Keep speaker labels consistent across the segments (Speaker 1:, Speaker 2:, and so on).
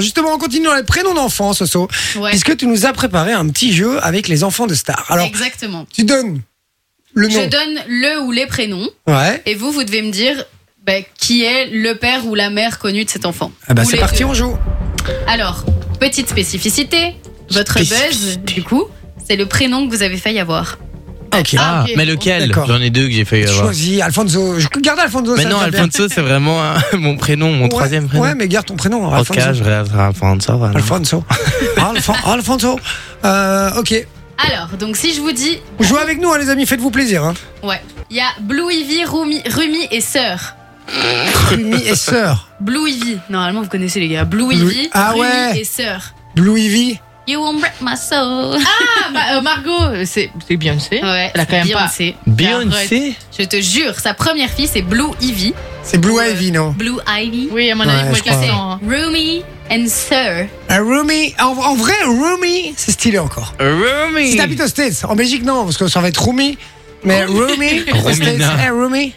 Speaker 1: Justement, on continue dans les prénoms d'enfants, Soso,
Speaker 2: Ouais,
Speaker 1: puisque tu nous as préparé un petit jeu avec les enfants de Star. Alors,
Speaker 2: exactement.
Speaker 1: tu donnes le
Speaker 2: Je
Speaker 1: nom.
Speaker 2: donne le ou les prénoms
Speaker 1: Ouais.
Speaker 2: et vous, vous devez me dire bah, qui est le père ou la mère connue de cet enfant.
Speaker 1: Ah bah,
Speaker 2: Ou
Speaker 1: c'est
Speaker 2: les
Speaker 1: parti,
Speaker 2: deux.
Speaker 1: on joue.
Speaker 2: Alors, petite spécificité, votre buzz,
Speaker 3: Spécificité.
Speaker 2: du coup, c'est le prénom que vous avez failli avoir.
Speaker 1: Ok.
Speaker 2: Ah,
Speaker 3: Ah,
Speaker 2: ok.
Speaker 3: mais lequel
Speaker 1: D'accord.
Speaker 3: J'en ai deux que j'ai failli avoir.
Speaker 1: Choisis Alfonso. Je garde Alfonso.
Speaker 3: Mais
Speaker 1: ça
Speaker 3: non,
Speaker 1: me va bien.
Speaker 3: Alfonso, c'est vraiment hein, mon prénom, mon
Speaker 1: Ouais,
Speaker 3: troisième prénom.
Speaker 1: Ouais, mais garde ton prénom.
Speaker 3: ok,
Speaker 1: Alfonso.
Speaker 3: je rêve à Alfonso. voilà.
Speaker 1: Alfonso. Alfon- Alfonso. Euh, ok.
Speaker 2: Alors, donc si je vous dis,
Speaker 1: Jouez avec nous, hein, les amis. Faites-vous plaisir. Hein.
Speaker 2: ouais, il y a Blue Ivy, Rumi, Rumi et Sœur.
Speaker 1: Rumi et sœur.
Speaker 2: Blue Ivy, normalement vous connaissez les gars. Blue
Speaker 1: Blue-
Speaker 2: Ivy,
Speaker 1: Ah
Speaker 2: Rumi
Speaker 1: ouais.
Speaker 2: et Sœur.
Speaker 1: Blue Ivy.
Speaker 2: You won't break my soul.
Speaker 4: Ah, Ma- euh, Margot, c'est c'est Beyoncé.
Speaker 2: Ouais,
Speaker 4: Elle a quand
Speaker 2: c'est
Speaker 4: même pas-
Speaker 2: Beyoncé.
Speaker 3: Beyoncé
Speaker 2: Je te jure, sa première fille c'est Blue Ivy.
Speaker 1: C'est Blue
Speaker 2: Ouais.
Speaker 1: Ivy, non
Speaker 2: Blue Ivy.
Speaker 4: Oui, à mon
Speaker 1: Ouais,
Speaker 4: avis,
Speaker 1: je
Speaker 4: moi, je la
Speaker 1: crois.
Speaker 4: sens. hein.
Speaker 2: Roomy and Sir.
Speaker 1: Un Euh, Rumi. En, en vrai, Rumi, c'est stylé encore.
Speaker 3: Rumi
Speaker 1: Si t'habites aux States, en Belgique non, parce que ça va être Rumi. Mais Rumi, aux
Speaker 3: Romina.
Speaker 1: States, hey, Rumi,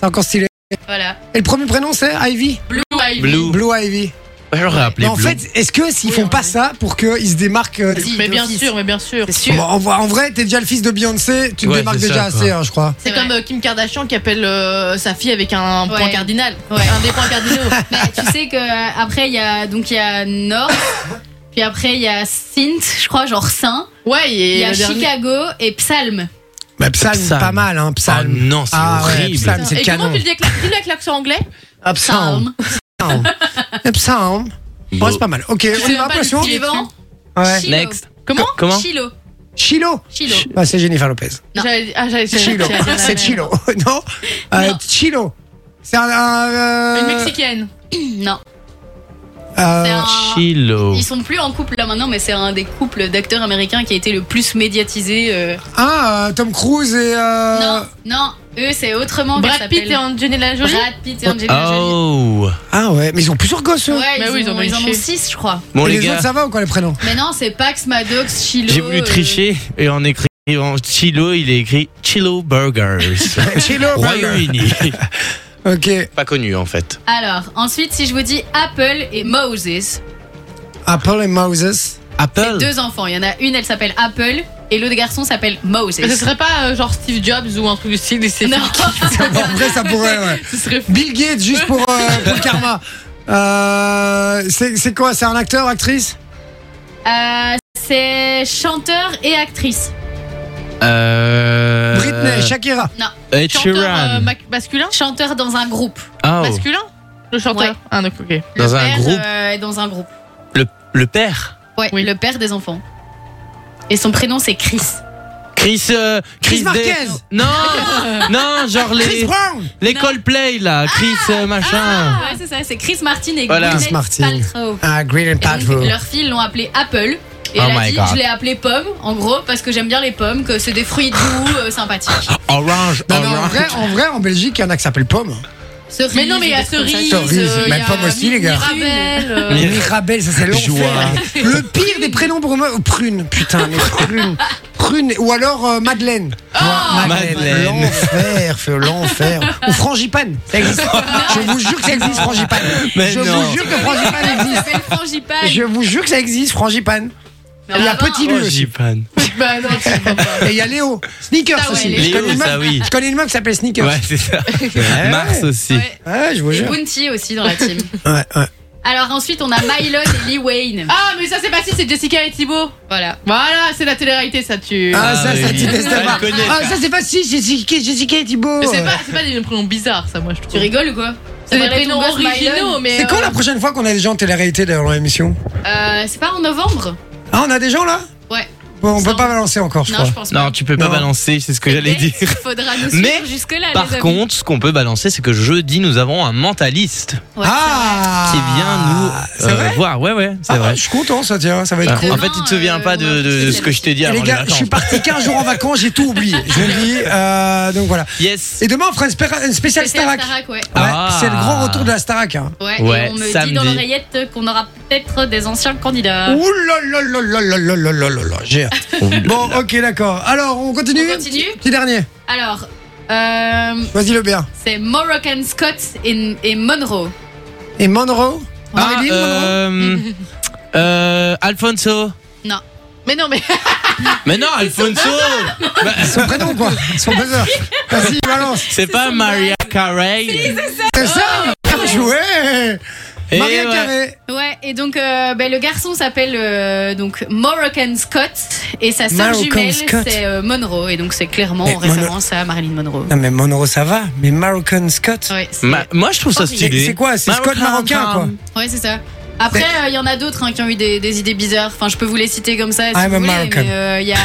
Speaker 1: c'est encore stylé.
Speaker 2: Voilà.
Speaker 1: Et le premier prénom c'est Ivy,
Speaker 4: Blue Ivy.
Speaker 3: Blue.
Speaker 1: Blue Ivy.
Speaker 3: J'aurais appelé
Speaker 1: Mais en
Speaker 3: Blue.
Speaker 1: fait, est-ce que s'ils
Speaker 4: Oui,
Speaker 1: font
Speaker 4: en
Speaker 1: pas
Speaker 4: vrai.
Speaker 1: ça pour qu'ils se démarquent euh,
Speaker 2: Si,
Speaker 4: Mais bien
Speaker 2: d'office.
Speaker 4: sûr, mais bien sûr.
Speaker 2: C'est sûr.
Speaker 1: Bon, en, vrai- en vrai, t'es déjà le fils de Beyoncé, tu te
Speaker 3: Ouais,
Speaker 1: démarques
Speaker 3: c'est
Speaker 1: déjà
Speaker 3: ça,
Speaker 1: assez,
Speaker 3: quoi.
Speaker 1: hein, je crois.
Speaker 4: C'est
Speaker 2: C'est
Speaker 4: comme euh, Kim Kardashian qui appelle euh, sa fille avec un
Speaker 2: Ouais.
Speaker 4: point cardinal.
Speaker 2: Ouais.
Speaker 4: Un des points cardinaux.
Speaker 2: Mais tu sais que euh, après il y a donc il y a North, puis après il y a Synth, je crois genre Saint.
Speaker 4: Ouais, et
Speaker 2: Il y a
Speaker 4: le dernier-
Speaker 2: Chicago et Psalm.
Speaker 1: Bah, psalm,
Speaker 3: Psalm.
Speaker 1: pas mal, hein,
Speaker 3: Ah
Speaker 1: psalm.
Speaker 3: non, c'est
Speaker 1: Ah ouais,
Speaker 3: horrible.
Speaker 1: Psalm, c'est
Speaker 4: Et
Speaker 1: le
Speaker 4: comment
Speaker 1: canon.
Speaker 4: tu le dis avec la- dis-le avec l'accent anglais
Speaker 1: Ah, psalm. Psalm. Ah, Psalm. Bon, c'est pas mal. Ok,
Speaker 4: sais
Speaker 1: on y
Speaker 4: même
Speaker 1: va,
Speaker 4: pas
Speaker 1: pression.
Speaker 4: le
Speaker 2: Yvan,
Speaker 1: Ouais.
Speaker 2: Chilo.
Speaker 3: Next.
Speaker 4: Comment
Speaker 3: Comment
Speaker 2: Chilo.
Speaker 1: Chilo.
Speaker 2: Chilo.
Speaker 1: Ah, c'est Jennifer Lopez.
Speaker 2: Non.
Speaker 4: J'avais- Ah, j'avais j'avais-
Speaker 1: Chilo.
Speaker 4: j'avais-
Speaker 1: C'est Chilo. Non Euh,
Speaker 2: Non.
Speaker 1: Chilo. C'est un. un, euh,
Speaker 4: Une mexicaine.
Speaker 2: Non.
Speaker 1: euh,
Speaker 2: C'est un-
Speaker 4: Oh.
Speaker 3: Chilo.
Speaker 2: Ils sont plus en couple là maintenant, mais c'est un des couples d'acteurs américains qui a été le plus médiatisé. euh.
Speaker 1: Ah, euh, Tom Cruise et. euh,
Speaker 2: Non, non, eux c'est autrement.
Speaker 4: Brad Pitt et Angelina Jolie.
Speaker 2: Brad Pitt et Angelina Jolie.
Speaker 3: Oh
Speaker 1: Ah ouais, mais ils ont plusieurs gosses eux.
Speaker 2: Ouais, ils,
Speaker 4: Mais Bah oui, ils
Speaker 2: ont,
Speaker 4: en ont
Speaker 2: ils en ont
Speaker 4: chié.
Speaker 2: 6, je crois.
Speaker 3: Bon,
Speaker 1: et
Speaker 3: les
Speaker 1: les autres,
Speaker 3: gars,
Speaker 1: ça va ou quoi les prénoms
Speaker 2: Mais non, c'est Pax, Maddox, Chilo.
Speaker 3: j'ai
Speaker 2: euh,
Speaker 3: voulu tricher et en écrivant Chilo, il est écrit Chilo Burgers.
Speaker 1: Chilo, Burger.
Speaker 3: Royaume-Uni.
Speaker 1: Ok,
Speaker 3: pas connu en fait.
Speaker 2: Alors, ensuite, si je vous dis Apple et Moses,
Speaker 1: Apple et Moses.
Speaker 3: Apple.
Speaker 2: deux enfants, il y en a une, elle s'appelle Apple, et l'autre garçon s'appelle Moses.
Speaker 4: Mais ce serait pas euh, genre Steve Jobs ou un truc du style. et c'est-
Speaker 2: Non,
Speaker 1: en vrai, ça pourrait, ouais.
Speaker 4: Ce serait fou.
Speaker 1: Bill Gates, juste pour, euh, pour le karma. Euh, c'est c'est quoi C'est un acteur, actrice
Speaker 2: Euh, c'est chanteur et actrice.
Speaker 3: Euh...
Speaker 1: Britney, Shakira.
Speaker 3: Ed
Speaker 4: Chanteur euh,
Speaker 3: Sheeran.
Speaker 4: mac- masculin
Speaker 2: Chanteur dans un groupe.
Speaker 3: Oh.
Speaker 4: Masculin Le chanteur.
Speaker 2: Ouais.
Speaker 4: Ah, donc, ok.
Speaker 2: Le
Speaker 3: Dans un
Speaker 2: père,
Speaker 3: groupe
Speaker 2: euh, est dans un groupe.
Speaker 3: Le, le père.
Speaker 2: Ouais,
Speaker 4: Oui.
Speaker 2: le père des enfants. Et son prénom, c'est Chris.
Speaker 3: Chris. euh,
Speaker 1: Chris
Speaker 3: Des-
Speaker 1: Marquez.
Speaker 3: Non, non, genre
Speaker 1: Chris Ah,
Speaker 3: les
Speaker 1: Brown.
Speaker 3: les
Speaker 2: Non.
Speaker 3: Coldplay là, Chris euh,
Speaker 1: ah.
Speaker 3: machin.
Speaker 2: Ah, Ouais, c'est ça, c'est Chris Martin et
Speaker 3: Voilà.
Speaker 2: Gwyneth
Speaker 1: Chris Martin.
Speaker 2: Paltrow.
Speaker 1: Ah, Green and
Speaker 2: Et donc,
Speaker 1: Paltrow.
Speaker 2: Leurs filles l'ont appelé Apple. Et
Speaker 3: Oh
Speaker 2: elle a
Speaker 3: my
Speaker 2: dit,
Speaker 3: God.
Speaker 2: je l'ai appelé pomme, en gros, parce que j'aime bien les pommes, que c'est des fruits doux, euh, sympathiques.
Speaker 3: Orange,
Speaker 1: Non, mais en
Speaker 3: orange.
Speaker 1: vrai, en vrai, en Belgique, il y en a qui s'appellent Pomme.
Speaker 2: Cerise,
Speaker 4: Mais non, mais il y a
Speaker 2: des trucs comme ça.
Speaker 4: Cerise.
Speaker 1: Cerise,
Speaker 4: euh, il y
Speaker 1: même
Speaker 4: a
Speaker 1: pas moi aussi, les gars.
Speaker 4: Mirabelle. euh,
Speaker 3: Mir-
Speaker 1: Mirabelle, ça c'est l'enfer.
Speaker 3: Joie.
Speaker 1: Le pire des prénoms pour moi, prune, putain, mais prune. Prune, ou alors euh, Madeleine. Ouais,
Speaker 3: Madeleine.
Speaker 1: L'enfer, fait l'enfer. Ou Frangipane, ça existe. Je vous jure que ça existe, Frangipane.
Speaker 3: Mais
Speaker 1: Je
Speaker 3: non.
Speaker 1: vous jure que Frangipane
Speaker 2: Il
Speaker 1: existe.
Speaker 2: s'appelle Frangipane.
Speaker 1: Je vous jure que ça existe, Frangipane.
Speaker 2: Mais
Speaker 1: Il y a
Speaker 2: avant,
Speaker 1: Petit Lu
Speaker 3: Oh,
Speaker 1: aussi.
Speaker 3: Jipan.
Speaker 4: Bah non, je comprends pas.
Speaker 1: Et il y a Léo. Sneakers
Speaker 2: Ah ouais,
Speaker 1: aussi.
Speaker 2: Léo.
Speaker 1: je, connais
Speaker 3: Léo,
Speaker 1: une meuf,
Speaker 3: ça, oui.
Speaker 1: je connais une meuf qui s'appelle Sneakers.
Speaker 3: Ouais, c'est ça.
Speaker 1: Ouais.
Speaker 3: Mars aussi.
Speaker 2: Ouais.
Speaker 1: Ouais, je vous
Speaker 2: Et
Speaker 1: jure.
Speaker 2: Bounty aussi dans la team.
Speaker 1: Ouais, ouais.
Speaker 2: Alors ensuite, on a Mylon et Lee Wayne.
Speaker 4: Ah, mais ça c'est facile, c'est Jessica et Thibaut.
Speaker 2: Voilà.
Speaker 4: Voilà, c'est la télé-réalité, ça tu.
Speaker 1: Ah, ça,
Speaker 3: Ah,
Speaker 1: ça
Speaker 3: oui.
Speaker 1: t'y
Speaker 3: Ah,
Speaker 1: pas.
Speaker 3: je connais.
Speaker 1: Ah, ça, c'est facile, Jessica, Jessica et Thibaut.
Speaker 4: Mais c'est pas, c'est pas des prénoms bizarres, ça, moi je trouve.
Speaker 2: Tu rigoles ou quoi
Speaker 4: C'est
Speaker 2: Ça
Speaker 4: des
Speaker 2: parlait de ton
Speaker 4: prénoms
Speaker 2: gosse Mylon
Speaker 4: originaux, mais.
Speaker 1: C'est quand
Speaker 4: euh,
Speaker 1: la prochaine fois qu'on a des gens en télé-réalité d'ailleurs, dans l'émission
Speaker 2: Euh, C'est pas en novembre
Speaker 1: Ah, on a des gens là
Speaker 2: Ouais.
Speaker 1: Bon, on peut
Speaker 2: Non.
Speaker 1: pas balancer encore, je
Speaker 2: Non,
Speaker 1: crois.
Speaker 2: je pense pas.
Speaker 3: Non, tu peux pas
Speaker 1: Non.
Speaker 3: balancer, c'est ce que j'allais
Speaker 2: Mais
Speaker 3: dire.
Speaker 2: Il faudra nous
Speaker 3: Mais,
Speaker 2: suivre jusque-là. les
Speaker 3: Par
Speaker 2: amis.
Speaker 3: contre, ce qu'on peut balancer, c'est que jeudi, nous avons un mentaliste
Speaker 2: Ouais,
Speaker 1: ah
Speaker 3: qui vient nous
Speaker 1: C'est
Speaker 3: euh,
Speaker 1: vrai
Speaker 3: voir. Ouais, ouais, c'est
Speaker 1: Ah,
Speaker 3: vrai.
Speaker 1: Je suis content, ça, tiens, ça va être
Speaker 3: Ah,
Speaker 1: cool.
Speaker 3: en fait, il te souvient
Speaker 2: euh,
Speaker 3: pas de, de- de ce que je t'ai dit
Speaker 1: Et
Speaker 3: avant
Speaker 1: les
Speaker 3: les
Speaker 1: gars, je
Speaker 3: vacances.
Speaker 1: suis parti 15 jours en vacances, j'ai tout oublié. Je vous le dis. euh, donc voilà.
Speaker 3: Yes.
Speaker 1: Et demain, on fera une, spéra- une
Speaker 2: c'est
Speaker 1: spéciale
Speaker 2: vrai. C'est à
Speaker 1: Starac.
Speaker 2: Starac, ouais.
Speaker 1: Ouais,
Speaker 3: Ah.
Speaker 1: C'est le grand retour de la Starac. Hein.
Speaker 2: Ouais,
Speaker 3: Ouais,
Speaker 2: et on me dit
Speaker 3: samedi.
Speaker 2: dans l'oreillette qu'on aura peut-être des anciens candidats.
Speaker 1: Ouh là là là là là là là là là là, j'ai hâte.
Speaker 3: Euh,
Speaker 1: Bon, ok, d'accord. Alors, on continue
Speaker 2: On continue
Speaker 1: Petit dernier.
Speaker 2: Alors, euh,
Speaker 1: Vas-y, le bien.
Speaker 2: c'est Moroccan Scott et, et Monroe.
Speaker 1: Et Monroe
Speaker 2: Ah,
Speaker 1: Marilyn Monroe
Speaker 3: euh, euh, Alfonso.
Speaker 4: Mais non, mais
Speaker 3: Mais non, Alfonso Bah,
Speaker 1: Son prénom, quoi. Son buzzer. Vas-y, balance.
Speaker 3: C'est pas
Speaker 2: son
Speaker 3: Maria Carey
Speaker 1: C'est ça Bien joué
Speaker 3: Et
Speaker 1: Maria
Speaker 3: ouais.
Speaker 1: Carré.
Speaker 2: Ouais, et donc euh, ben, le garçon s'appelle euh, donc Moroccan Scott et sa sœur
Speaker 1: Moroccan
Speaker 2: jumelle
Speaker 1: Scott.
Speaker 2: c'est euh, Monroe et donc c'est clairement
Speaker 1: Mais
Speaker 2: en référence à Marilyn Monroe.
Speaker 1: Non, mais Monroe, ça va. Mais Moroccan Scott.
Speaker 2: Ouais, c'est
Speaker 3: Ma- Moi, je trouve ça
Speaker 2: Horrible.
Speaker 1: C'est
Speaker 3: stylé.
Speaker 1: c'est quoi C'est Scott marocain, quoi.
Speaker 2: ouais, c'est ça. Après, euh, il y en a d'autres hein, qui ont eu des, des idées bizarres. Enfin, je peux vous les citer comme ça si
Speaker 1: I'm
Speaker 2: vous voulez.
Speaker 1: American.
Speaker 2: mais, euh, Il y a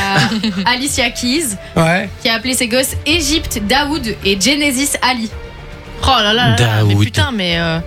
Speaker 2: Alicia Keys
Speaker 1: Ouais.
Speaker 2: qui a appelé ses gosses Égypte, Daoud et Genesis Ali.
Speaker 4: oh là là là, là, mais
Speaker 3: Daoud.
Speaker 4: putain, mais euh,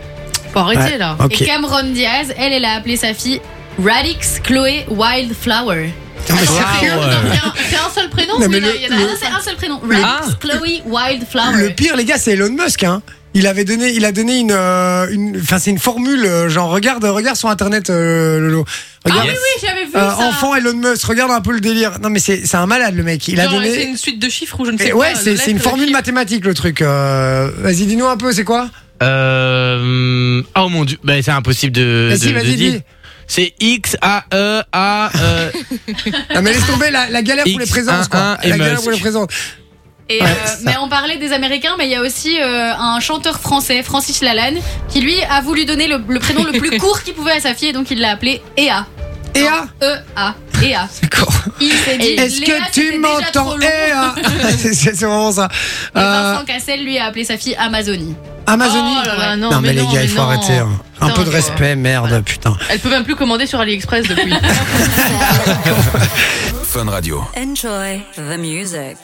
Speaker 4: faut arrêter là.
Speaker 1: Ok.
Speaker 2: Et Cameron Diaz, elle, elle a appelé sa fille Radix Chloé Wildflower.
Speaker 1: Non, mais
Speaker 3: Wow.
Speaker 1: sérieux
Speaker 4: Non, c'est un- C'est un seul prénom,
Speaker 1: Non, mais
Speaker 4: celui-là,
Speaker 1: le-
Speaker 4: il y en
Speaker 2: Ah
Speaker 4: a
Speaker 2: non,
Speaker 4: un.
Speaker 2: c'est un seul prénom. Radix
Speaker 3: Ah.
Speaker 2: Chloé Wildflower.
Speaker 1: Le pire, les gars, c'est Elon Musk. Hein. Il avait donné, il a donné une, euh, une- enfin c'est une formule. euh, genre regarde, regarde sur internet, euh, Lolo.
Speaker 4: Ah
Speaker 1: Regarde,
Speaker 4: oui, oui, j'avais vu
Speaker 1: euh,
Speaker 4: ça.
Speaker 1: enfant Elon Musk. Regarde un peu le délire. Non mais c'est, c'est un malade le mec. Il a
Speaker 4: Genre, C'est
Speaker 1: donné.
Speaker 4: une suite de chiffres ou je ne sais
Speaker 1: Et
Speaker 4: pas.
Speaker 1: ouais,
Speaker 4: de
Speaker 1: c'est, c'est une
Speaker 4: lettres, de
Speaker 1: formule
Speaker 4: chiffres.
Speaker 1: mathématique le truc. euh, vas-y, dis-nous un peu, c'est quoi
Speaker 3: Euh, oh mon dieu, bah, c'est impossible de,
Speaker 1: Vas-y,
Speaker 3: de- de
Speaker 1: vas-y,
Speaker 3: dire.
Speaker 1: dis.
Speaker 3: C'est X-A-E-A. euh,
Speaker 1: Non mais laisse tomber la, la galère pour les
Speaker 3: X,
Speaker 1: présences,
Speaker 3: un,
Speaker 1: quoi.
Speaker 3: un, et
Speaker 1: La galère
Speaker 3: Musk.
Speaker 1: pour les présences.
Speaker 2: Et, euh, mais on parlait des Américains, mais il y a aussi euh, un chanteur français, Francis Lalanne, qui lui a voulu donner le, le prénom le plus court qu'il pouvait à sa fille, et donc il l'a appelé Ea. E
Speaker 1: Et ah,
Speaker 2: E-A. Ea.
Speaker 1: d'accord.
Speaker 2: Il s'est dit.
Speaker 1: Est-ce
Speaker 2: Léa,
Speaker 1: que
Speaker 2: c'était
Speaker 1: tu
Speaker 2: déjà trop
Speaker 1: m'entends Eh,
Speaker 2: long.
Speaker 1: ah. c'est, c'est vraiment ça.
Speaker 2: Et
Speaker 1: Euh,
Speaker 2: Vincent Cassel, lui, a appelé sa fille Amazonie.
Speaker 1: Amazonie.
Speaker 4: Oh là là, non,
Speaker 1: non mais,
Speaker 4: mais
Speaker 1: les
Speaker 4: non,
Speaker 1: gars,
Speaker 4: mais
Speaker 1: il faut
Speaker 4: non.
Speaker 1: arrêter. hein. Un
Speaker 4: Putain,
Speaker 1: peu de
Speaker 4: quoi.
Speaker 1: respect, merde, putain.
Speaker 4: Elle peut même plus commander sur AliExpress depuis.
Speaker 5: Fun Radio.
Speaker 6: Enjoy the music.